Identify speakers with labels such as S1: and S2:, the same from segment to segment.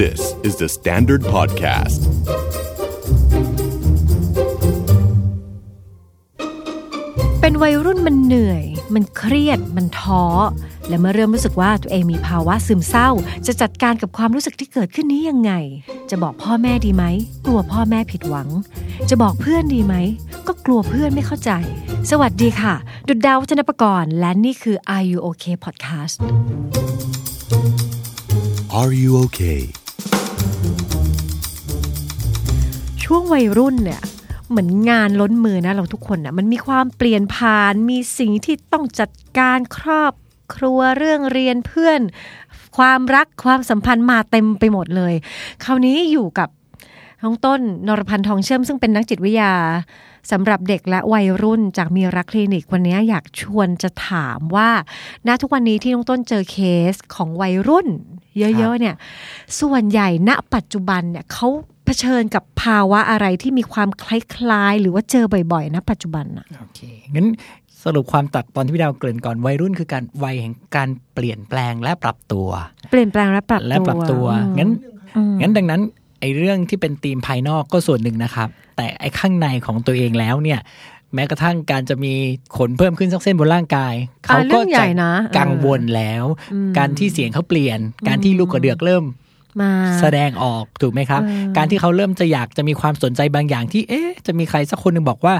S1: This is the Standard Podcast.
S2: Podcast เป็นวัยรุ่นมันเหนื่อย มันเครียด มันท้อ และเมื่อเริ่มรู้สึกว่าตัวเองมีภาวะซึมเศร้า จะจัดการกับความรู้สึกที่เกิดขึ้นนี้ยังไง จะบอกพ่อแม่ดีไหม กลัวพ่อแม่ผิดหวัง จะบอกเพื่อนดีไหม ก็กลัวเพื่อนไม่เข้าใจ สวัสดีค่ะ ดุดดาววัฒนประกรณ์และนี่คือ Are You Okay Podcast
S1: Are you okay?
S2: ช่วงวัยรุ่นเนี่ยเหมือนงานล้นมือนะเราทุกคนนะมันมีความเปลี่ยนผ่านมีสิ่งที่ต้องจัดการครอบครัวเรื่องเรียนเพื่อน ความรักความสัมพันธ์มาเต็มไปหมดเลย คราวนี้อยู่กับน้องต้นนรพันธ์ทองเชื่อมซึ่งเป็นนักจิตวิทยาสำหรับเด็กและวัยรุ่นจากมีรักคลินิกวันนี้อยากชวนจะถามว่าณทุกวันนี้ที่น้องต้นเจอเคสของวัยรุ่น เยอะๆเนี่ย ส่วนใหญ่ณปัจจุบันเนี่ยเขาเผชิญกับภาวะอะไรที่มีความคล้ายๆ หรือว่าเจอบ่อยๆณปัจจุบันอะ
S3: โอเค งั้นสรุปความตัดตอนที่พี่ดาวเกริ่นก่อนวัยรุ่นคือการวัยแห่งการเปลี่ยนแปลงและปรับตัว
S2: เปลี่ยนแปลงและปรับ
S3: และปรับตัว
S2: อืม
S3: งั้น
S2: อืม
S3: งั้นดังนั้นไอ้เรื่องที่เป็นธีมภายนอกก็ส่วนหนึ่งนะครับ แต่ไอ้ข้างในของตัวเองแล้วเนี่ย แม้กระทั่งการจะมีขนเพิ่มขึ้นสักเส้นบนร่างกาย
S2: อ่ะ
S3: เขา
S2: เรื่
S3: ก็
S2: องให
S3: จะ
S2: ญ่นะ
S3: กังวล
S2: เออ
S3: แล้ว
S2: อืม
S3: การที่เสียงเขาเปลี่ยน การที่ลูกกระเดือกเริ่ม
S2: มา
S3: แสดงออกถูกไหมครับ
S2: เออ
S3: การที่เขาเริ่มจะอยากจะมีความสนใจบางอย่างที่เอ๊ะจะมีใครสักคนหนึ่งบอกว่า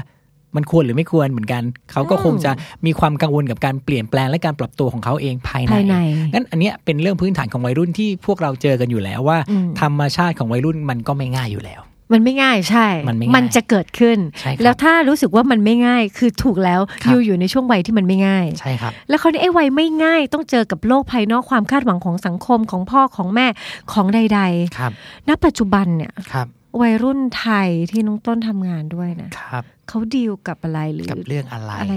S3: มันควรหรือไม่ควรเหมือนกัน เขาก็คงจะมีความกังวลกับการเปลี่ยนแปลงและการปรับตัวของเขาเองภายใน
S2: ภายใน
S3: งั้นอันเนี้ยเป็นเรื่องพื้นฐานของวัยรุ่นที่พวกเราเจอกันอยู่แล้วว่า
S2: อืม
S3: ธรรมชาติของวัยรุ่นมันก็ไม่ง่ายอยู่แล้ว
S2: มันไม่ง่ายใช่
S3: มันไม่ง่าย
S2: มันจะเกิดขึ้น
S3: ใช่ครับ
S2: แล้วถ้ารู้สึกว่ามันไม่ง่ายคือถูกแล้ว
S3: ค
S2: อ
S3: รับ
S2: ยู่อยู่ในช่วงวัยที่มันไม่ง่าย
S3: ใช่ครับ
S2: แล้วคราวนี้ไอ้วัยไม่ง่าย ต้องเจอกับโลกภายนอกความคาดหวังของสังคมของพ่อของแม่ของใด
S3: ครับ
S2: ๆ ณ ปัจจุบันเนี่ย
S3: ครับ
S2: วัยรุ่นไทยที่น้องต้นทำงานด้วยนะครับ เขาดีลกับอะไรหรือ
S3: กับเรื่องอะไร
S2: อะไร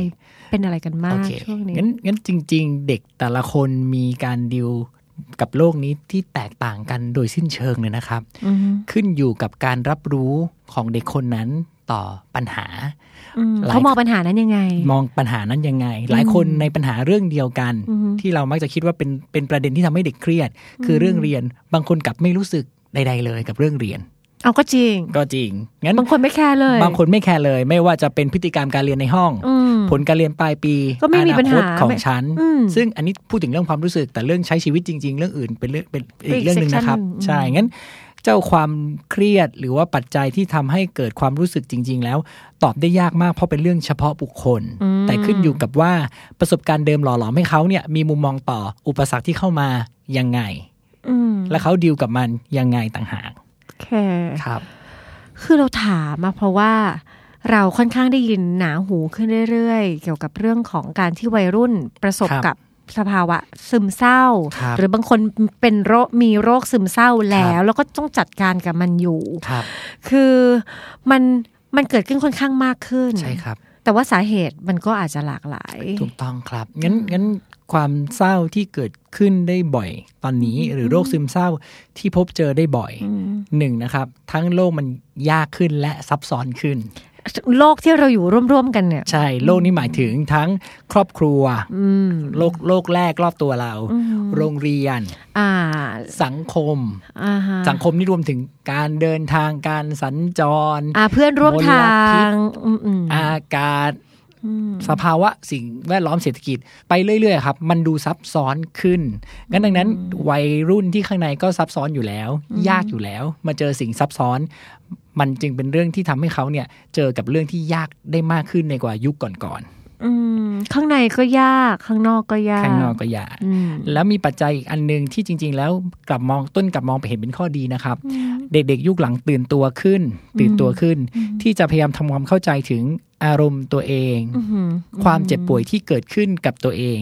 S2: เป็นอะไรกันมา
S3: โอก เค
S2: ช่วงนี้
S3: งั้นงั้นจริง ๆ เด็กแต่ละคนมีการดิวกับโลกนี้ที่แตกต่างกันโดยสิ้นเชิงเลยนะครับ
S2: อืม
S3: ขึ้นอยู่กับการรับรู้ของเด็กคนนั้นต่อปัญหา
S2: อืม
S3: หลาย
S2: เขามองปัญหานั้นยังไง
S3: มองปัญหานั้นยังไง หลายคนในปัญหาเรื่องเดียวกัน
S2: อือฮึ
S3: ที่เรามักจะคิดว่าเป็นเป็นประเด็นที่ทำให้เด็กเครียด คือเรื่องเรียนบางคนกลับไม่รู้สึกใด ๆ เลยกับเรื่องเรียน
S2: เอาก็จริง
S3: ก็จริงงั้น
S2: บางคนไม่แคร์เลย
S3: บางคนไม่แคร์เลย ไม่ว่าจะเป็นพฤติกรรมการเรียนในห้อง
S2: อืม
S3: ผลการเรียนปลายปี
S2: ก็ไม่มีปัญหา
S3: อนาคตของฉัน
S2: อืม
S3: ซึ่งอันนี้พูดถึงเรื่องความรู้สึกแต่เรื่องใช้ชีวิตจริง ๆ เรื่องอื่นเป็นเรื่องเป็น
S2: อีก
S3: อีกเรื่องหนึ่ง
S2: section
S3: นะครับ
S2: หนึ่งอืม
S3: ใช่ งั้น เจ้าความเครียดหรือว่าปัจจัยที่ทำให้เกิดความรู้สึกจริง ๆ แล้ว ตอบได้ยากมากเพราะเป็นเรื่องเฉพาะบุคคล
S2: อืม
S3: แต่ขึ้นอยู่กับว่าประสบการณ์เดิมหล่อหลอมให้เขาเนี่ยมีมุมมองต่ออุปสรรคที่เข้ามายังไง
S2: อืม
S3: และเขาดีลกับมันยังไงต่างหาก
S2: แคร์
S3: ครับ
S2: คือเราถามมาเพราะว่าเราค่อนข้างได้ยินหนาหูขึ้นเรื่อยๆ เกี่ยวกับเรื่องของการที่วัยรุ่นประสบ
S3: ครับ
S2: กับสภาวะซึมเศร้า
S3: ครับ
S2: หรือบางคนเป็นโรคมีโรคซึมเศร้าแล้ว
S3: ครับ
S2: แล้วก็ต้องจัดการกับมันอยู่
S3: ครับ
S2: คือมันมันเกิดขึ้นค่อนข้างมากขึ้น
S3: ใช่ครับ
S2: แต่ว่าสาเหตุมันก็อาจจะหลากหลาย
S3: ถูกต้องครับ งั้นงั้นความเศร้าที่เกิดขึ้นได้บ่อยตอนนี้หรือโรคซึมเศร้าที่พบเจอได้บ่อย
S2: อืม
S3: หนึ่งนะครับ ทั้งโลกมันยากขึ้นและซับซ้อนขึ้น
S2: โลกที่เราอยู่ร่วมๆกันเนี่ย
S3: ใช่โลกนี้หมายถึงทั้งครอบครัว
S2: อืม
S3: โลกโลกแรกรอบตัวเรา
S2: อืม
S3: โรงเรียน
S2: อ่า
S3: สังคม
S2: อ่าฮะ
S3: สังคมนี่รวมถึงการเดินทางการสัญจร
S2: อ่าเพื่อนร่วมทางอืมอืม
S3: อากาศ
S2: อืม
S3: สภาวะสิ่งแวดล้อมเศรษฐกิจไปเรื่อยๆครับมันดูซับซ้อนขึ้นงั้นดังนั้น วัยรุ่นที่ข้างในก็ซับซ้อนอยู่แล้ว ยากอยู่แล้ว มาเจอสิ่งซับซ้อน มันจึงเป็นเรื่องที่ทำให้เขาเนี่ยเจอกับเรื่องที่ยากได้มากขึ้นในกว่ายุคก่อน
S2: อืมข้างในก็ยากข้างนอกก็ยา
S3: ๆ
S2: ก
S3: ข้างนอกก็ยาก
S2: อืม
S3: แล้วมีปัจจัยอีกอันหนึ่งที่จริง ๆ แล้วกลับมองต้นกลับมองไปเห็นเป็นข้อดีนะครับ เด็กๆ ยุคหลังตื่นตัวขึ้น ตื่นตัวขึ้น ที่จะพยายามทำความเข้าใจถึงอารมณ์ตัวเอง
S2: อื้อหือ
S3: ความเจ็บป่วยที่เกิดขึ้นกับตัวเอง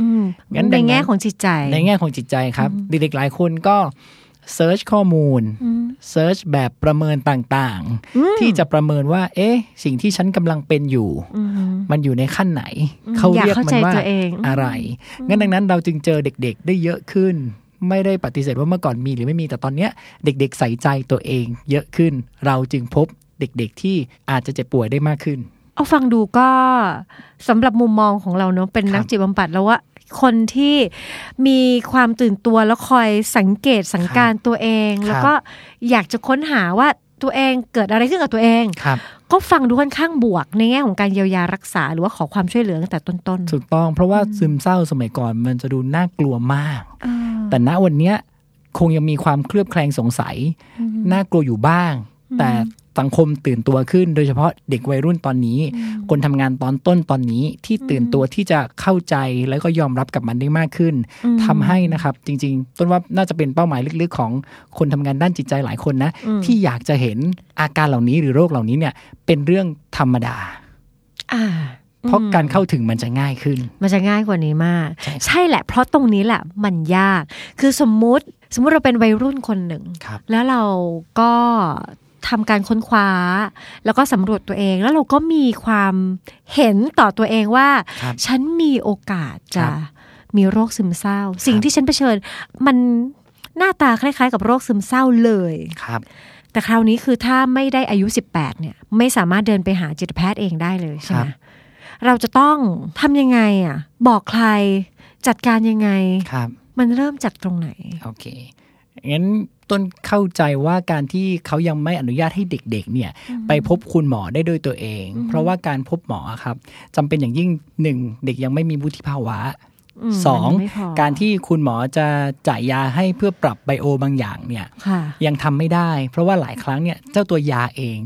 S2: อืม
S3: งั้น
S2: ใน
S3: ดังนั้น
S2: แง่ของจิตใจ
S3: ในแง่ของจิตใจครับ เด็กๆหลายคนก็เซิร์ชข้อมูล
S2: อืม
S3: เซิร์ชแบบประเมินต่างๆ ที่จะประเมินว่า เอ๊ะ สิ่งที่ฉันกำลังเป็นอยู่
S2: อืม
S3: มันอยู่ในขั้นไหน
S2: อืม
S3: เขาเรียก
S2: อยากเข้า
S3: มั
S2: ใจ
S3: นว่า
S2: ตัวเองอืม
S3: อะไร งั้นดังนั้นเราจึงเจอเด็กๆ ได้เยอะขึ้น ไม่ได้ปฏิเสธว่าเมื่อก่อนมีหรือไม่มีแต่ตอนเนี้ยเด็กๆ ใส่ใจตัวเองเยอะขึ้น เราจึงพบเด็กๆ ที่อาจจะเจ็บป่วยได้มากขึ้น
S2: เอาฟังดูก็สำหรับมุมมองของเราเนอะเป็นนัก
S3: ครับ
S2: จิตบำบัดแล้วว่า คนที่มีความตื่นตัวแล้วคอยสังเกตสังการตัวเอง
S3: ครับ
S2: แล้วก็อยากจะค้นหาว่าตัวเองเกิดอะไรขึ้นกับตัวเอง
S3: ครับ
S2: ก็ฟังดูค่อนข้างบวกในแง่ของการเยียวยารักษาหรือว่าขอความช่วยเหลือตั้งแต่ต้นๆ
S3: ถูกต้องเพราะว่าซึมเศร้าสมัยก่อนมันจะดูน่ากลัวมาก
S2: อ่า
S3: แต่ณวันเนี้ยคงยังมีความเคลือบแคลงสงสัย น่ากลัวอยู่บ้าง แต่สังคมตื่นตัวขึ้น โดยเฉพาะเด็กวัยรุ่นตอนนี้ คนทำงานตอนต้นตอนนี้ที่ตื่นตัวที่จะเข้าใจแล้วก็ยอมรับกับมันได้มากขึ้นทำให้นะครับจริง ๆ ต้นว่าน่าจะเป็นเป้าหมายลึกๆ ของคนทำงานด้านจิตใจหลายคนนะ ที่อยากจะเห็นอาการเหล่านี้หรือโรคเหล่านี้เนี่ยเป็นเรื่องธรรมดา
S2: อ่า
S3: เพราะการเข้าถึงมันจะง่ายขึ้น
S2: มันจะง่ายกว่านี้มาก
S3: ใช่ครับ
S2: ใช่แหละ เพราะตรงนี้แหละมันยาก คือสมมุติสมมุติเราเป็นวัยรุ่นคนหนึ่ง
S3: ครับ
S2: แล้วเราก็ทำการค้นคว้า แล้วก็สำรวจตัวเองแล้วเราก็มีความเห็นต่อตัวเองว่า
S3: ครับ
S2: ฉันมีโอกาสจะ
S3: ครับ
S2: มีโรคซึมเศร้า สิ่ง
S3: ครับ
S2: ที่ฉันเผชิญ มันหน้าตาคล้าย ๆ กับโรคซึมเศร้าเลย
S3: ครับ
S2: แต่คราวนี้คือถ้าไม่ได้อายุ 18 เนี่ย ไม่สามารถเดินไปหาจิตแพทย์เองได้เลยใช่ไหม
S3: ครับ
S2: เราจะต้องทำยังไงอ่ะ บอกใครจัดการยังไง
S3: ครับ
S2: มันเริ่มจากตรงไหน
S3: โอเค งั้นต้นเข้าใจว่าการที่เขายังไม่อนุญาตให้เด็กๆ เนี่ย ไปพบคุณหมอได้ด้วยตัวเอง เพราะว่าการพบหมออะครับจำเป็นอย่างยิ่งหนึ่งเด็กยังไม่มีวุฒิภาวะ
S2: อืม
S3: สอง
S2: มันยังไม่พอ
S3: การที่คุณหมอจะจ่ายยาให้เพื่อปรับไบโอบางอย่างเนี่ย
S2: ค่ะ
S3: ยังทำไม่ได้ เพราะว่าหลายครั้งเนี่ยเจ้าตัวยาเอง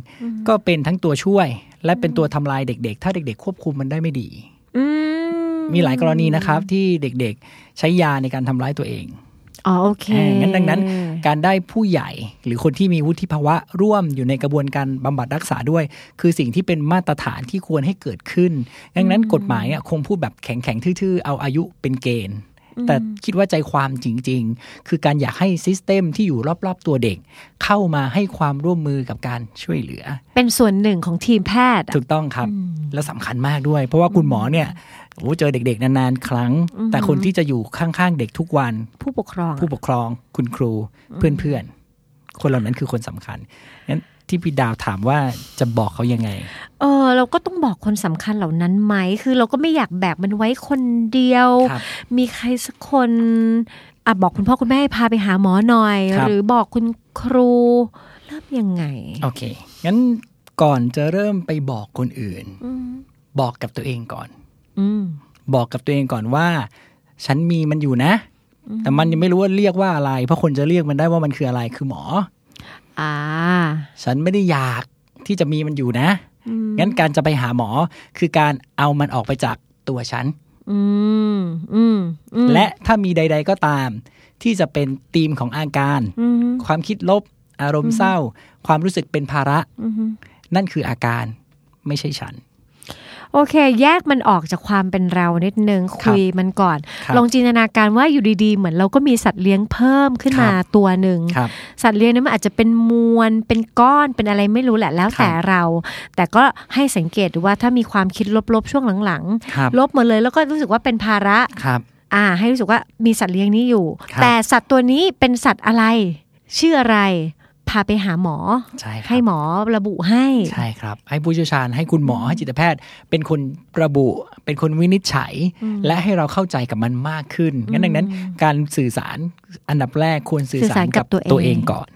S3: ก็เป็นทั้งตัวช่วย และเป็นตัวทำลายเด็กๆ ถ้าเด็กๆ ควบคุมมันได้ไม่ดี
S2: อืม
S3: มีหลายกรณีนะครับที่เด็กๆ ใช้ยาในการทำร้ายตัวเอง
S2: อ๋อโอเค
S3: อ่างั้นดังนั้นการได้ผู้ใหญ่หรือคนที่มีวุฒิภาวะร่วมอยู่ในกระบวนการบำบัดรักษาด้วย คือสิ่งที่เป็นมาตรฐานที่ควรให้เกิดขึ้น ดังนั้นกฎหมายอ่ะคงพูดแบบแข็งแข็งๆทื่อๆ เอาอายุเป็นเกณฑ์ แต่คิดว่าใจความจริง ๆ คือการอยากให้ซิสเต็มที่อยู่รอบๆตัวเด็ก เข้ามาให้ความร่วมมือกับการช่วยเหลือ
S2: เป็นส่วนหนึ่งของทีมแพทย์อะ
S3: ถูกต้องครับ แล้วสำคัญมากด้วย เพราะว่าคุณหมอเนี่ยโอ้เจอเด็กๆ นานๆ ครั้ง แต่คนที่จะอยู่ข้างๆเด็กทุกวัน
S2: ผู้ปกครองอะ
S3: ผู้ปกครองคุณครูเพื่อนเพื่อนๆคนเหล่านั้นคือคนสำคัญงั้นที่พี่ดาวถามว่าจะบอกเขายังไง
S2: เออ เราก็ต้องบอกคนสำคัญเหล่านั้นไหม คือเราก็ไม่อยากแบบมันไว้คนเดียว
S3: ครับ
S2: มีใครสักคนอ่ะบอกคุณพ่อคุณแม่ให้พาไปหาหมอหน่อย
S3: ครั
S2: ห
S3: บ
S2: รือบอกคุณครู เริ่มยังไง
S3: โอเค งั้นก่อนจะเริ่มไปบอกคนอื่น
S2: อืม
S3: บอกกับตัวเองก่อน
S2: อืม
S3: บอกกับตัวเองก่อนว่า ฉันมีมันอยู่นะ แต่มันยังไม่รู้ว่าเรียกว่าอะไร เพราะคนจะเรียกมันได้ว่ามันคืออะไรคือหมอ
S2: อ่า
S3: ฉันไม่ได้อยากที่จะมีมันอยู่นะ งั้นการจะไปหาหมอคือการเอามันออกไปจากตัวฉัน
S2: อืม อืมอืม
S3: และถ้ามีใด ๆก็ตาม ที่จะเป็นธีมของอาการ
S2: อืม
S3: ความคิดลบ อารมณ์เศร้า ความรู้สึกเป็นภาระ
S2: อืม
S3: นั่นคืออาการไม่ใช่ฉัน
S2: โอเค แยกมันออกจากความเป็นเรานิดนึง คุยมันก่อน
S3: ครับ
S2: ลองจินตนาการว่าอยู่ดีๆ เหมือนเราก็มีสัตว์เลี้ยงเพิ่มขึ้นมา
S3: ครับ
S2: ตัวหนึ่ง
S3: ครับ
S2: สัตว์เลี้ยงเนี่ยมันอาจจะเป็นมวลเป็นก้อนเป็นอะไรไม่รู้แหละแล้วแต่
S3: ครับ
S2: เรา แต่ก็ให้สังเกตดูว่าถ้ามีความคิดลบๆช่วงหลัง
S3: ครับ
S2: ๆ ลบหมดเลยแล้วก็รู้สึกว่าเป็นภาระ
S3: ครับ
S2: อ่า ให้รู้สึกว่ามีสัตว์เลี้ยงนี้อยู่
S3: ครับ
S2: แต่สัตว์ตัวนี้เป็นสัตว์อะไร ชื่ออะไร พาไปหาหมอ
S3: ใช่ครั
S2: ให้หมอระบุให้
S3: ใช่ครับ ให้ผู้เชี่ยวชาญให้คุณหมอให้จิตแพทย์ เป็นคนระบุ เป็นคนวินิจฉัย และให้เราเข้าใจกับมันมากขึ้นงั้นดังนั้น การสื่อสารอันดับแรกควรสื่อสารกับตัวเองก่อน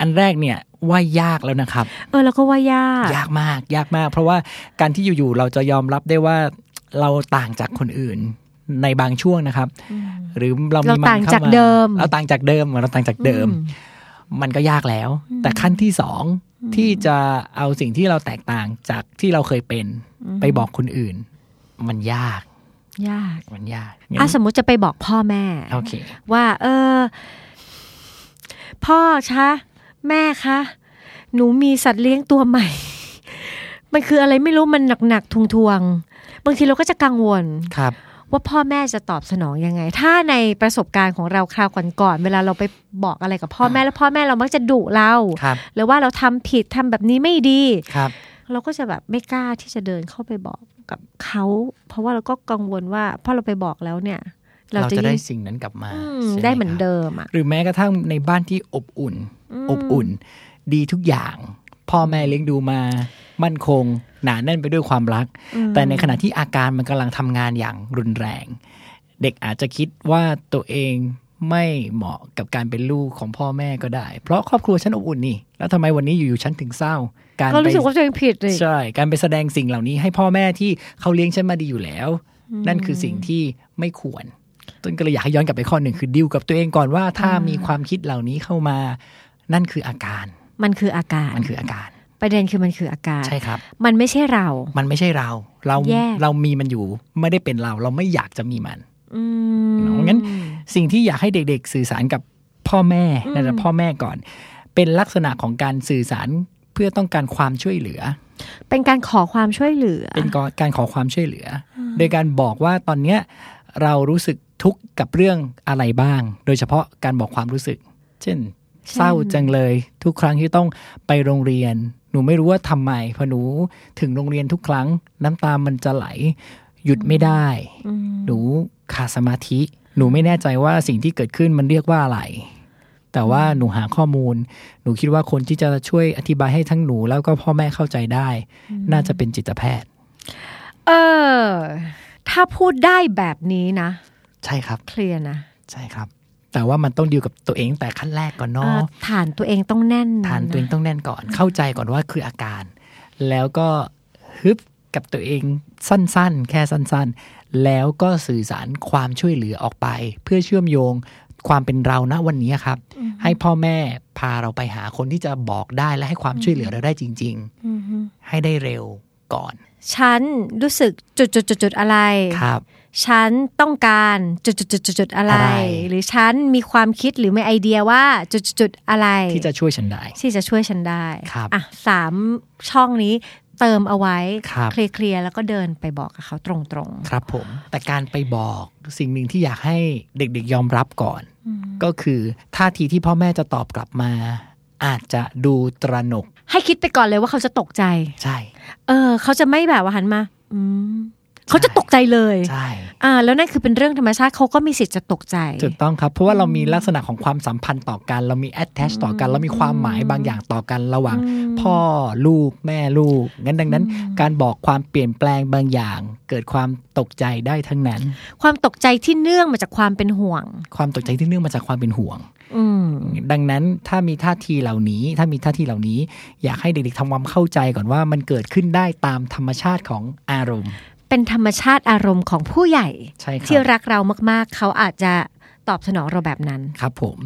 S3: อันแรกเนี่ยว่ายากแล้วนะครับ
S2: เออแล้วก็ว่ายาก
S3: ยากมากยากมาก เพราะว่าการที่อยู่ๆเราจะยอมรับได้ว่าเราต่างจากคนอื่นในบางช่วงนะครับ หรือเรามีมัน
S2: เราต่าง
S3: เข้า
S2: จาก
S3: มา
S2: เดิม
S3: เราต่างจากเดิมเราต่างจากเดิม มันก็ยากแล้ว แต่ขั้นที่สองที่จะเอาสิ่งที่เราแตกต่างจากที่เราเคยเป็น ไปบอกคนอื่น มันยาก
S2: ยาก
S3: มันยาก
S2: อ่ะสมมุติจะไปบอกพ่อแม่
S3: โอเค
S2: ว่า เออ พ่อคะแม่คะหนูมีสัตว์เลี้ยงตัวใหม่ มันคืออะไรไม่รู้มันหนักๆทวงๆ บางทีเราก็จะกังวล
S3: ครับ
S2: ว่าพ่อแม่จะตอบสนองยังไง ถ้าในประสบการณ์ของเราคราวก่อนๆเวลาเราไปบอกอะไรกับพ่อแม่แล้วพ่อแม่เรามักจะดุเรา
S3: ครับ
S2: หรือว่าเราทำผิดทำแบบนี้ไม่ดี
S3: ครับ
S2: เราก็จะแบบไม่กล้าที่จะเดินเข้าไปบอกกับเขา เพราะว่าเราก็กังวลว่าพอเราไปบอกแล้วเนี่ย เรา
S3: เรา
S2: จะ
S3: จะได้
S2: ยิ่ง
S3: สิ่งนั้นกลับมา
S2: อืม
S3: ใช่
S2: ได้เหมือน
S3: ครับ
S2: เดิมอ่ะ
S3: หรือแม้กระทั่งในบ้านที่อบอุ่น อบอุ่น ดีทุกอย่าง พ่อแม่เลี้ยงดูมา มั่นคง หนาแน่นไปด้วยความรัก แต่ในขณะที่อาการมันกำลังทำงานอย่างรุนแรง เด็กอาจจะคิดว่าตัวเองไม่เหมาะกับการเป็นลูกของพ่อแม่ก็ได้ เพราะครอบครัวฉันอบอุ่นนี่ แล้วทำไมวันนี้อยู่ๆฉันถึงเศร้า การ
S2: ก็
S3: ไป
S2: รู้สึกว่าตัวเองผิดเลย
S3: ใช่ การไปแสดงสิ่งเหล่านี้ให้พ่อแม่ที่เขาเลี้ยงฉันมาดีอยู่แล้ว นั่นคือสิ่งที่ไม่ควร ต้นก็เลยอยากให้ย้อนกลับไปข้อหนึ่งคือดิวกับตัวเองก่อนว่าถ้ามีความคิดเหล่านี้เข้ามา นั่นคืออาการ
S2: มันคืออาการ
S3: มันคืออาการ
S2: ประเด็นคือมันคืออาการ
S3: ใช่ครับ
S2: มันไม่ใช่เรา
S3: มันไม่ใช่เรา เรา
S2: แยก
S3: เรามีมันอยู่ไม่ได้เป็นเรา เราไม่อยากจะมีมัน
S2: อืม
S3: เนาะงั้น สิ่งที่อยากให้เด็กๆ สื่อสารกับพ่อแม่
S2: อืม
S3: นั่นแหละพ่อแม่ก่อน เป็นลักษณะของการสื่อสารเพื่อต้องการความช่วยเหลือ
S2: เป็นการขอความช่วยเหลือ
S3: เป็นกการขอความช่วยเหลืออโดยการบอกว่าตอนเนี้ยเรารู้สึกทุกข์กับเรื่องอะไรบ้าง โดยเฉพาะการบอกความรู้สึก เช่น เศร้าจังเลย ทุกครั้งที่ต้องไปโรงเรียน หนูไม่รู้ว่าทำไมเพราะหนูถึงโรงเรียนทุกครั้งน้ำตามันจะไหล หยุดไม่ได้ หนูขาดสมาธิ หนูไม่แน่ใจว่าสิ่งที่เกิดขึ้นมันเรียกว่าอะไร แต่ว่าหนูหาข้อมูล หนูคิดว่าคนที่จะช่วยอธิบายให้ทั้งหนูแล้วก็พ่อแม่เข้าใจได้ น่าจะเป็นจิตแพทย์
S2: เออ ถ้าพูดได้แบบนี้นะ
S3: ใช่ครับ
S2: เคลียร์นะ
S3: ใช่ครับ แต่ว่ามันต้องดีลกับตัวเองตั้งแต่ขั้นแรกก่อน
S2: เอ่
S3: เนาะ
S2: อฐานตัวเองต้องแน่น
S3: ฐานตัวเอง
S2: ะ
S3: ต้องแน่นก่อน เข้าใจก่อนว่าคืออาการ แล้วก็ฮึบกับตัวเองสั้นๆ แค่สั้นๆ แล้วก็สื่อสารความช่วยเหลือออกไป เพื่อเชื่อมโยงความเป็นเราณวันนี้ครับ ให้พ่อแม่พาเราไปหาคนที่จะบอกได้และให้ความช่วยเหลือเราได้จริง
S2: อือฮึ
S3: ๆ ให้ได้เร็วก่อน
S2: ฉันรู้สึกจุดจุดจุดจุดๆๆๆอะไร
S3: ครับ
S2: ฉันต้องการจุดจุดจุดจุดๆๆๆอะไร
S3: อะไร
S2: หรือฉันมีความคิดหรือไม่ไอเดียว่าจุดจุดจุดๆๆอะไร
S3: ที่จะช่วยฉันได้
S2: ที่จะช่วยฉันได้
S3: ครับ
S2: อ่ะสามช่องนี้เติมเอาไว้
S3: ครับ
S2: เคลียร์ๆแล้วก็เดินไปบอกกับเขาตรง
S3: ครับผมแต่การไปบอกสิ่งหนึ่งที่อยากให้เด็กๆยอมรับก่อน ก็คือท่าทีที่พ่อแม่จะตอบกลับมา อาจจะดูตระหนก
S2: ๆ ให้คิดไปก่อนเลยว่าเขาจะตกใจ
S3: ใช่
S2: เออ เขาจะไม่แบบว่าหันมา อืมเขาจะตกใจเลย
S3: ใช่
S2: อ่า แล้วนั่นคือเป็นเรื่องธรรมชาติเขาก็มีสิทธิ์จะตกใจ
S3: ถูกต้องครับ เพราะว่าเรามีลักษณะของความสัมพันธ์ต่อกัน เรามี attach ต่อกัน เรามีความหมายบางอย่างต่อกันระหว่าง พ่อลูกแม่ลูกงั้นดังนั้น การบอกความเปลี่ยนแปลงบางอย่าง เกิดความตกใจได้ทั้งนั้น
S2: ความตกใจที่เนื่องมาจากความเป็นห่วง
S3: ความตกใจที่เนื่องมาจากความเป็นห่วง
S2: อืม
S3: ดังนั้นถ้ามีท่าทีเหล่านี้ ถ้ามีท่าทีเหล่านี้ อยากให้เด็กๆทำความเข้าใจก่อนว่ามันเกิดขึ้นได้ตามธรรมชาติของอารมณ์
S2: เป็นธรรมชาติอารมณ์ของผู้ใหญ่
S3: ใช่ค
S2: ที่
S3: รับ
S2: รักเรามากๆ เขาอาจจะตอบสนองเราแบบนั้น
S3: ครับผม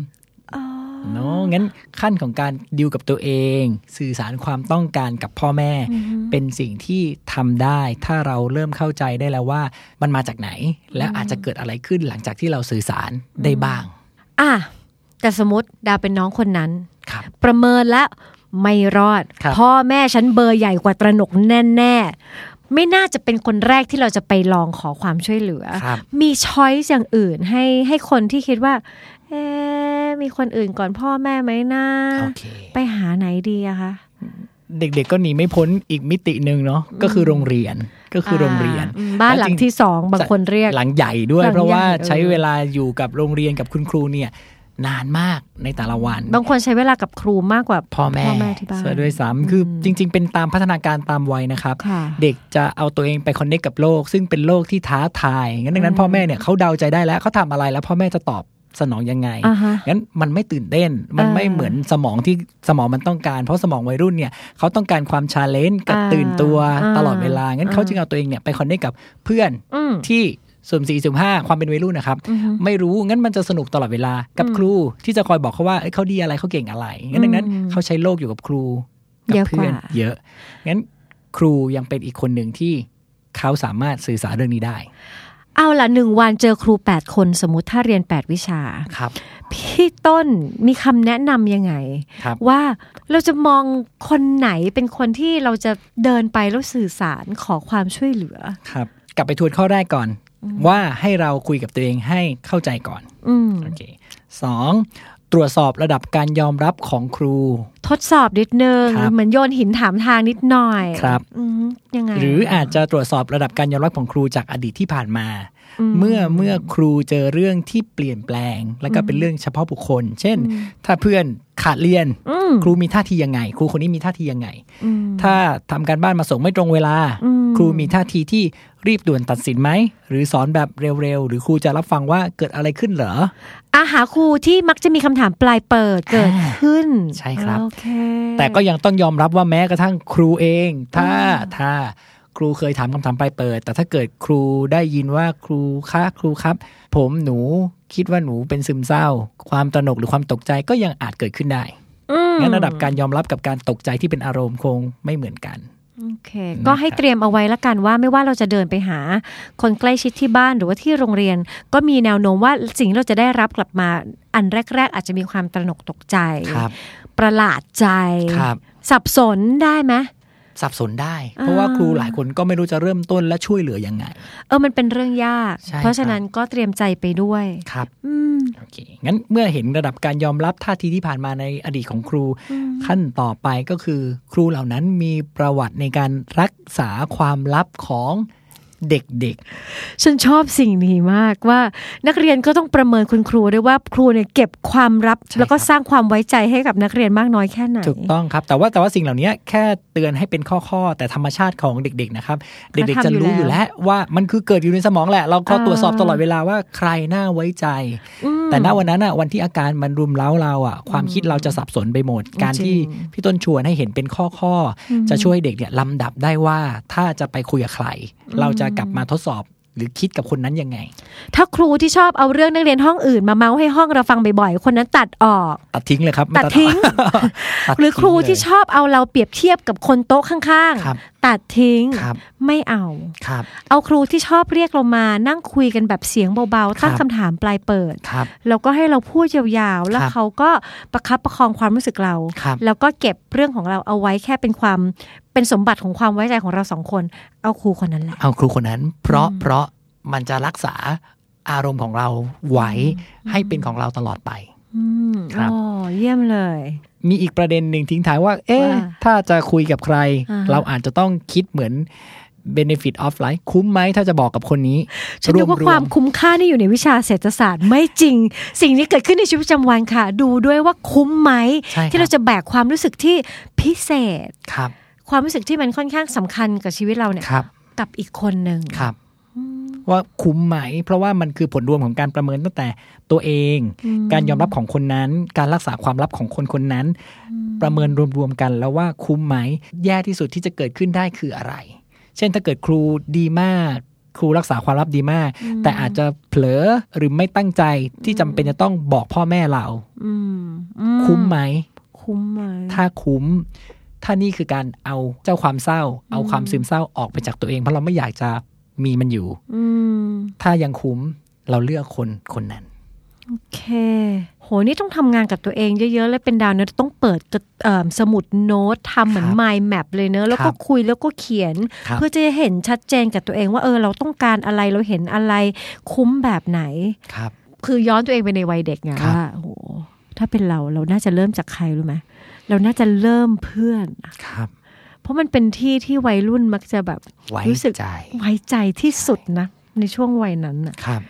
S3: เนาะงั้นขั้นของการดิวกับตัวเอง สื่อสารความต้องการกับพ่อแม่ เป็นสิ่งที่ทำได้ถ้าเราเริ่มเข้าใจได้แล้วว่ามันมาจากไหน และอาจจะเกิดอะไรขึ้นหลังจากที่เราสื่อสารได้บ้าง
S2: อ่ะแต่สมมติดาวเป็นน้องคนนั้น
S3: ครับ
S2: ประเมินแล้วไม่รอด
S3: ครับ
S2: พ่อแม่ฉันเบอร์ใหญ่กว่าตระหนกแน่ๆ ไม่น่าจะเป็นคนแรกที่เราจะไปลองขอความช่วยเหลือ
S3: ครับ
S2: มีช้อยส์อย่างอื่นให้ให้คนที่คิดว่า เอ๊ะมีคนอื่นก่อนพ่อแม่ไหมนะ
S3: โอเค
S2: ไปหาไหนดีอะคะ
S3: เด็กๆก็หนีไม่พ้นอีกมิติหนึ่งเนาะก็คือโรงเรียนก็คือโรงเรียน
S2: อืมบ้านหลังที่สองบางคนเรียก
S3: หลังใหญ่ด้วย
S2: หลังใหญ่
S3: เพราะว่าใช้
S2: เออ
S3: เวลาอยู่กับโรงเรียนกับคุณครูเนี่ย นานมากในแต่ละวัน
S2: บางคนใช้เวลากับครูมากกว่า
S3: พ่อแม่
S2: พ่อแม่ที่บ้าน
S3: ซะด้วยซ้ำคืออ
S2: ม
S3: จริง ๆ เป็นตามพัฒนาการตามวัยนะครับ
S2: ค่ะ
S3: เด็กจะเอาตัวเองไปคอนเนคกับโลก ซึ่งเป็นโลกที่ท้าทายงั้นดังนั้น
S2: อืม
S3: พ่อแม่เนี่ยเขาเดาใจได้แล้วเขาทำอะไรแล้วพ่อแม่จะตอบสนองยังไง
S2: อ่าฮะ
S3: งั้นมันไม่ตื่นเต้น มันไม่
S2: เออ
S3: เหมือนสมองที่สมองมันต้องการ เพราะสมองวัยรุ่นเนี่ยเขาต้องการความชาเลนจ์กับ
S2: อ่า
S3: ตื่นตัว
S2: อ่า
S3: ตลอดเวลา งั้น
S2: อ่า
S3: เขาจึงเอาตัวเองเนี่ยไปคอนเนคกับเพื่อน
S2: อืม
S3: ที่สุ่มสี่สุ่มห้าความเป็นวัยรุ่นนะครับ
S2: อือฮึ
S3: ไม่รู้งั้นมันจะสนุกตลอดเวลากับครูที่จะคอยบอกเขาว่าเอ้ยเขาดีอะไรเขาเก่งอะไรงั้นดังนั้น
S2: อืม
S3: เขาใช้โลกอยู่กับครู
S2: เย
S3: กั
S2: อะกว่า
S3: เพื่อนเยอะงั้นครูยังเป็นอีกคนหนึ่งที่เขาสามารถสื่อสารเรื่องนี้ได้
S2: เอาละหนึ่งวันเจอครู 8 คนสมมติถ้าเรียน 8 วิชา
S3: ครับ
S2: พี่ต้นมีคำแนะนำยังไง
S3: ครับ
S2: ว่าเราจะมองคนไหนเป็นคนที่เราจะเดินไปแล้วสื่อสารขอความช่วยเหลือ
S3: ครับ กลับไปทวนข้อแรกก่อน ว่าให้เราคุยกับตัวเองให้เข้าใจก่อน
S2: อืม
S3: โอเคสองตรวจสอบระดับการยอมรับของครู
S2: ทดสอบนิดนึง
S3: ครับ
S2: เหมือนโยนหินถามทางนิดหน่อย
S3: ครับ
S2: อืมยังไง
S3: หรืออาจจะตรวจสอบระดับการยอมรับของครูจากอดีตที่ผ่านมา เมื่อเมื่อครูเจอเรื่องที่เปลี่ยนแปลง และก็เป็นเรื่องเฉพาะบุคคล เช่น ถ้าเพื่อน ขาดเรียน
S2: อืม
S3: ครูมีท่าทียังไง ครูคนนี้มีท่าทียังไง
S2: อืม
S3: ถ้าทำการบ้านมาส่งไม่ตรงเวลา
S2: อืม
S3: ครูมีท่าทีที่รีบด่วนตัดสินไหม หรือสอนแบบเร็วๆ หรือครูจะรับฟังว่าเกิดอะไรขึ้นเหรอ
S2: อาหาครูที่มักจะมีคำถามปลายเปิดเกิดขึ้น
S3: ใช่ครับ
S2: โอเค
S3: แต่ก็ยังต้องยอมรับว่าแม้กระทั่งครูเอง ถ้าถ้าครูเคยถามคำถามไปลายเปิด แต่ถ้าเกิดครูได้ยินว่าครูคะครูครับ ผมหนูคิดว่าหนูเป็นซึมเศร้า ความตระหนกหรือความตกใจก็ยังอาจเกิดขึ้นได้
S2: อืม
S3: งั้นระดับการยอมรับกับการตกใจที่เป็นอารมณ์คงไม่เหมือนกัน
S2: โอเค ก็ให้
S3: นะครับ
S2: เตรียมเอาไว้ละกันว่าไม่ว่าเราจะเดินไปหา คนใกล้ชิดที่บ้านหรือว่าที่โรงเรียน ก็มีแนวโน้มว่าสิ่งที่เราจะได้รับกลับมา อันแรก ๆ อาจจะมีความตระหนกตกใจ ประหลาดใจ
S3: ครับ
S2: สับสนได้ไหม
S3: สับสนได้ เพราะว่า
S2: อ่า
S3: ครูหลายคนก็ไม่รู้จะเริ่มต้นและช่วยเหลือยังไง
S2: เออมันเป็นเรื่องยาก
S3: ใช่
S2: เพราะฉะ
S3: ครับ
S2: นั้นก็เตรียมใจไปด้วย
S3: ครับ
S2: อืม
S3: โอเคงั้นเมื่อเห็นระดับการยอมรับท่าทีที่ผ่านมาในอดีตของครู ขั้นต่อไปก็คือ ครูเหล่านั้นมีประวัติในการรักษาความลับของเด็ก
S2: ฉันชอบสิ่งนี้มากว่านักเรียนก็ต้องประเมินคุณครูด้วยว่าครูเนี่ยเก็บความลับ แล้วก็สร้างความไว้ใจให้กับนักเรียนมากน้อยแค่ไหน
S3: ๆ ถูกต้องครับ แต่ว่าแต่ว่าสิ่งเหล่านี้แค่เตือนให้เป็นข้อๆ แต่ธรรมชาติของเด็ก ๆ นะครับ เด็กๆ จะรู้อยู่แล้วว่ามันคือเกิดอยู่ในสมองแหละ เราก็ตรวจสอบตลอดเวลาว่าใครน่าไว้ใจ
S2: อืม
S3: แต่ณวันนั้นอ่ะวันที่อาการมันรุมเร้าเราอ่ะ ความคิดเราจะสับสนไปหมด การที่พี่ต้นชวนให้เห็นเป็นข้อข้อๆจะช่วยเด็กเนี่ยลำดับได้ว่าถ้าจะไปคุยกับใคร เราจะกลับมาทดสอบหรือคิดกับคนนั้นยังไง
S2: ถ้าครูที่ชอบเอาเรื่องนักเรียนห้องอื่นมาเมาให้ห้องเราฟังบ่อยๆ คนนั้นตัดออก
S3: ตัดทิ้งเลยครับไม่
S2: ตัดทิ้ง
S3: ตัดทิ้ง
S2: หรือครูที่
S3: เลย
S2: ชอบเอาเราเปรียบเทียบกับคนโต๊ะข้าง
S3: ครับ
S2: ๆ ตัดทิ้ง
S3: ครับ
S2: ไม่เอา
S3: ครับ
S2: เอาครูที่ชอบเรียกเรามานั่งคุยกันแบบเสียงเบาๆ ตั้ง
S3: ครับ
S2: คำถามปลายเปิด
S3: ครับ
S2: แล้วก็ให้เราพูดยาวๆ แล้ว
S3: ครับ
S2: เขาก็ประคับประคองความรู้สึกเรา
S3: ครับ
S2: แล้วก็เก็บเรื่องของเราเอาไว้แค่เป็นความเป็นสมบัติของความไว้ใจของเราสองคน เอาครูคนนั้นแหละ
S3: เอาครูคนนั้น เพราะเพราะมันจะรักษาอารมณ์ของเราไว้ให้เป็นของเราตลอดไป
S2: อืม
S3: ครับ
S2: อ๋อเยี่ยมเลย
S3: มีอีกประเด็นหนึ่งทิ้งท้ายว่า เอ๊ะ
S2: ว่า
S3: ถ้าจะคุยกับใคร
S2: อ่าฮะ
S3: เราอาจจะต้องคิดเหมือน benefit of life คุ้มไหมถ้าจะบอกกับคนนี้
S2: ฉันนึกว่าร
S3: ๆ
S2: ความคุ้มค่านี่อยู่ในวิชาเศรษฐศาสตร์ไม่จริง สิ่งนี้เกิดขึ้นในชีวิตประจำวันค่ะ ดูด้วยว่าคุ้มไหม
S3: ใช่
S2: ที่เรา
S3: คบ
S2: จะแบกความรู้สึกที่พิเศษ
S3: ครับ
S2: ความรู้สึกที่มันค่อนข้างสำคัญกับชีวิตเราเนี่ย
S3: ครับ
S2: กับอีกคนหนึ่ง
S3: ครับ ว่าคุ้มไหม เพราะว่ามันคือผลรวมของการประเมินตั้งแต่ตัวเอง การยอมรับของคนนั้น การรักษาความลับของคนคนนั้น ประเมินรวมๆกันแล้วว่าคุ้มไหม แย่ที่สุดที่จะเกิดขึ้นได้คืออะไร เช่นถ้าเกิดครูดีมาก ครูรักษาความลับดีมาก แต่อาจจะเผลอหรือไม่ตั้งใจที่จำเป็นจะต้องบอกพ่อแม่เรา
S2: อืมอื
S3: คุ้มไหม
S2: คุ้มไหม
S3: ถ้าคุ้ม ถ้านี่คือการเอาเจ้าความเศร้า เอาความซึมเศร้าออกไปจากตัวเอง เพราะเราไม่อยากจะมีมันอยู่
S2: อืม
S3: ถ้ายังคุ้มเราเลือกคนคนนั้น
S2: โอเค โห นี่ต้องทำงานกับตัวเองเยอะๆ แล้วเป็นดาวเนี่ยต้องเปิดกระเอิ่มสมุดโน้ตทำเหมือน
S3: ครับ
S2: mind map เลยเนอะ แล้วก็คุยแล้วก็เขียน
S3: ครับ
S2: เพื่อจะเห็นชัดเจนกับตัวเองว่าเออเราต้องการอะไรเราเห็นอะไรคุ้มแบบไหน
S3: ครับ
S2: คือย้อนตัวเองไปในวัยเด็กไง
S3: ครับ
S2: ว่าโหถ้าเป็นเราเราน่าจะเริ่มจากใครรู้ไหมเราน่าจะเริ่มเพื่อน
S3: ครับ
S2: เพราะมันเป็นที่ที่วัยรุ่นมักจะแบบ
S3: ไว้
S2: รู้สึก
S3: ใจ
S2: ไว้ใจที่สุดนะ ในช่วงวัยนั้นน่ะ
S3: ครับ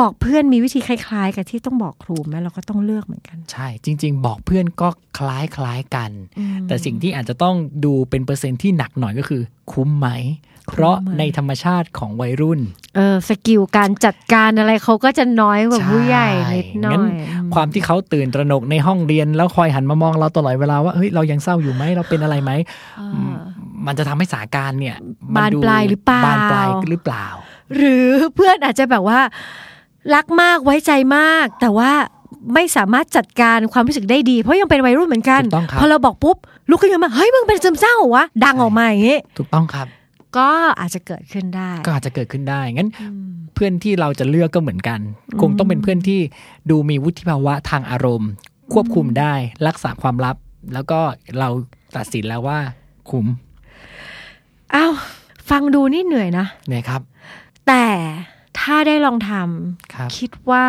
S2: บอกเพื่อนมีวิธีคล้ายๆ กับที่ต้องบอกครูไหมเราก็ต้องเลือกเหมือนกัน
S3: ใช่จริง ๆ บอกเพื่อนก็คล้ายคล้ายๆกัน
S2: อืม
S3: แต่สิ่งที่อาจจะต้องดูเป็นเปอร์เซ็นต์ที่หนักหน่อยก็คือ คุ้มไหม เพราะ
S2: ไหม
S3: ในธรรมชาติของวัยรุ่น
S2: เออสกิลการจัดการอะไรเขาก็จะน้อยกว่าผู้ใหญ่นิดหน่อ
S3: งั้
S2: ย
S3: ความที่เขาตื่นตระหนกในห้องเรียนแล้วคอยหันมามองเราตลอดเวลาว่าเฮ้ยเรายังเศร้าอยู่ไหมเราเป็นอะไรไหม
S2: เออ
S3: มันจะทำให้สถานการณ์เนี่ยมั
S2: บานปลายหรือเปล่า
S3: บานปลายหรือเปล่า
S2: หรือเพื่อนอาจจะแบบว่า รักมากไว้ใจมาก แต่ว่าไม่สามารถจัดการความรู้สึกได้ดี เพราะยังเป็นวัยรุ่นเหมือนกัน
S3: ถูกต้องครับ
S2: พอเราบอกปุ๊บลุกขึ้นมาเฮ้ยมึงเป็นซึมเศร้าเหรอวะดังออกมาอย่างงี้
S3: ถูกต้องครับ
S2: ก็อาจจะเกิดขึ้นได้
S3: ก็อาจจะเกิดขึ้นได้งั้น
S2: อืม
S3: เพื่อนที่เราจะเลือกก็เหมือนกัน คงต้องเป็นเพื่อนที่ดูมีวุฒิภาวะทางอารมณ์ ควบคุมได้ รักษาความลับ แล้วก็เราตัดสินแล้วว่าคุ้ม
S2: อ้าวฟังดูนี่เหนื่อยนะ
S3: เนี่ยครับ
S2: แต่ถ้าได้ลองท
S3: ครับ
S2: ำคิดว่า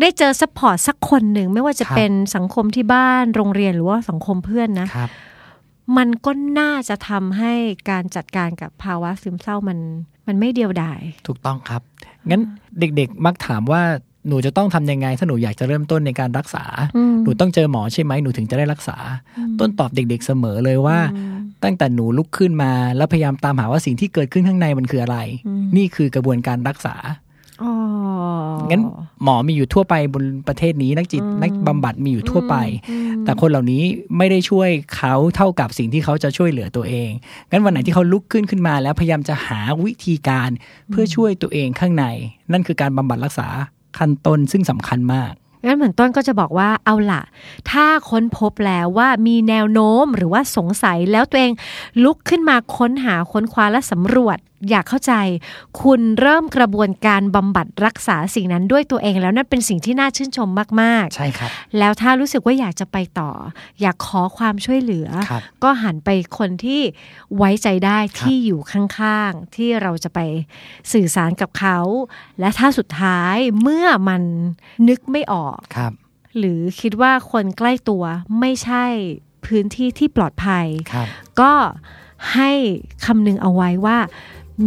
S2: ได้เจอซัพพอร์ตสักคนหนึ่ง ไม่ว่าจะ
S3: ครับ
S2: เป็นสังคมที่บ้านโรงเรียนหรือว่าสังคมเพื่อนนะ
S3: ครับ
S2: มันก็น่าจะทำให้การจัดการกับภาวะซึมเศร้ามัน มันไม่เดียวดาย
S3: ถูกต้องครับ งั้นเด็กๆมักถามว่า หนูจะต้องทำยังไงถ้าหนูอยากจะเริ่มต้นในการรักษา
S2: อืม
S3: หนูต้องเจอหมอใช่ไหมหนูถึงจะได้รักษา ต้นตอบเด็กๆเสมอเลยว่า ตั้งแต่หนูลุกขึ้นมา แล้วพยายามตามหาว่าสิ่งที่เกิดขึ้นข้างในมันคืออะไร นี่คือกระบวนการรักษา
S2: อ๋อ
S3: งั้นหมอมีอยู่ทั่วไปบนประเทศนี้นักจิต
S2: อืม
S3: นักบำบัดมีอยู่ทั่วไป
S2: อืม
S3: แต่คนเหล่านี้ไม่ได้ช่วยเขาเท่ากับสิ่งที่เขาจะช่วยเหลือตัวเอง งั้นวันไหนที่เขาลุกขึ้นขึ้นมา แล้วพยายามจะหาวิธีการเพื่อช่วยตัวเองข้างใน นั่นคือการบำบัดรักษาขั้นต้นซึ่งสำคัญมาก
S2: งั้นเหมือนต้นก็จะบอกว่าเอาล่ะ ถ้าค้นพบแล้วว่ามีแนวโน้มหรือว่าสงสัยแล้วตัวเองลุกขึ้นมาค้นหาค้นคว้าและสำรวจ อยากเข้าใจ คุณเริ่มกระบวนการบำบัดรักษาสิ่งนั้นด้วยตัวเองแล้วนั่นเป็นสิ่งที่น่าชื่นชมมากๆ
S3: ใช่ครับ
S2: แล้วถ้ารู้สึกว่าอยากจะไปต่อ อยากขอความช่วยเหลือ
S3: ครับ
S2: ก็หันไปคนที่ไว้ใจได้
S3: ครับ
S2: ที่อยู่ข้างๆ ที่เราจะไปสื่อสารกับเขา และถ้าสุดท้ายเมื่อมันนึกไม่ออก
S3: ครับ
S2: หรือคิดว่าคนใกล้ตัวไม่ใช่พื้นที่ที่ปลอดภัย
S3: ครับ
S2: ก็ให้คำนึงเอาไว้ว่า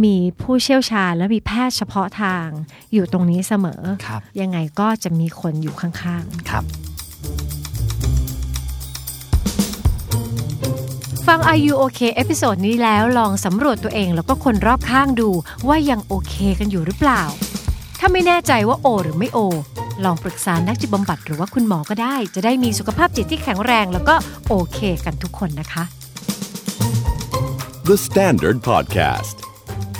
S2: มีผู้เชี่ยวชาญและมีแพทย์เฉพาะทางอยู่ตรงนี้เสมอ
S3: ครับ
S2: ยังไงก็จะมีคนอยู่ข้างๆ
S3: ครับ
S2: ฟัง Are You OK เอพิโซดนี้แล้วลองสำรวจตัวเองแล้วก็คนรอบข้างดูว่ายังโอเคกันอยู่หรือเปล่า ถ้าไม่แน่ใจว่าโอ หรือไม่โอ ลองปรึกษานักจิตบำบัดหรือว่าคุณหมอก็ได้ จะได้มีสุขภาพจิตที่แข็งแรงแล้วก็โอเคกันทุกคนนะคะ
S1: The Standard Podcast.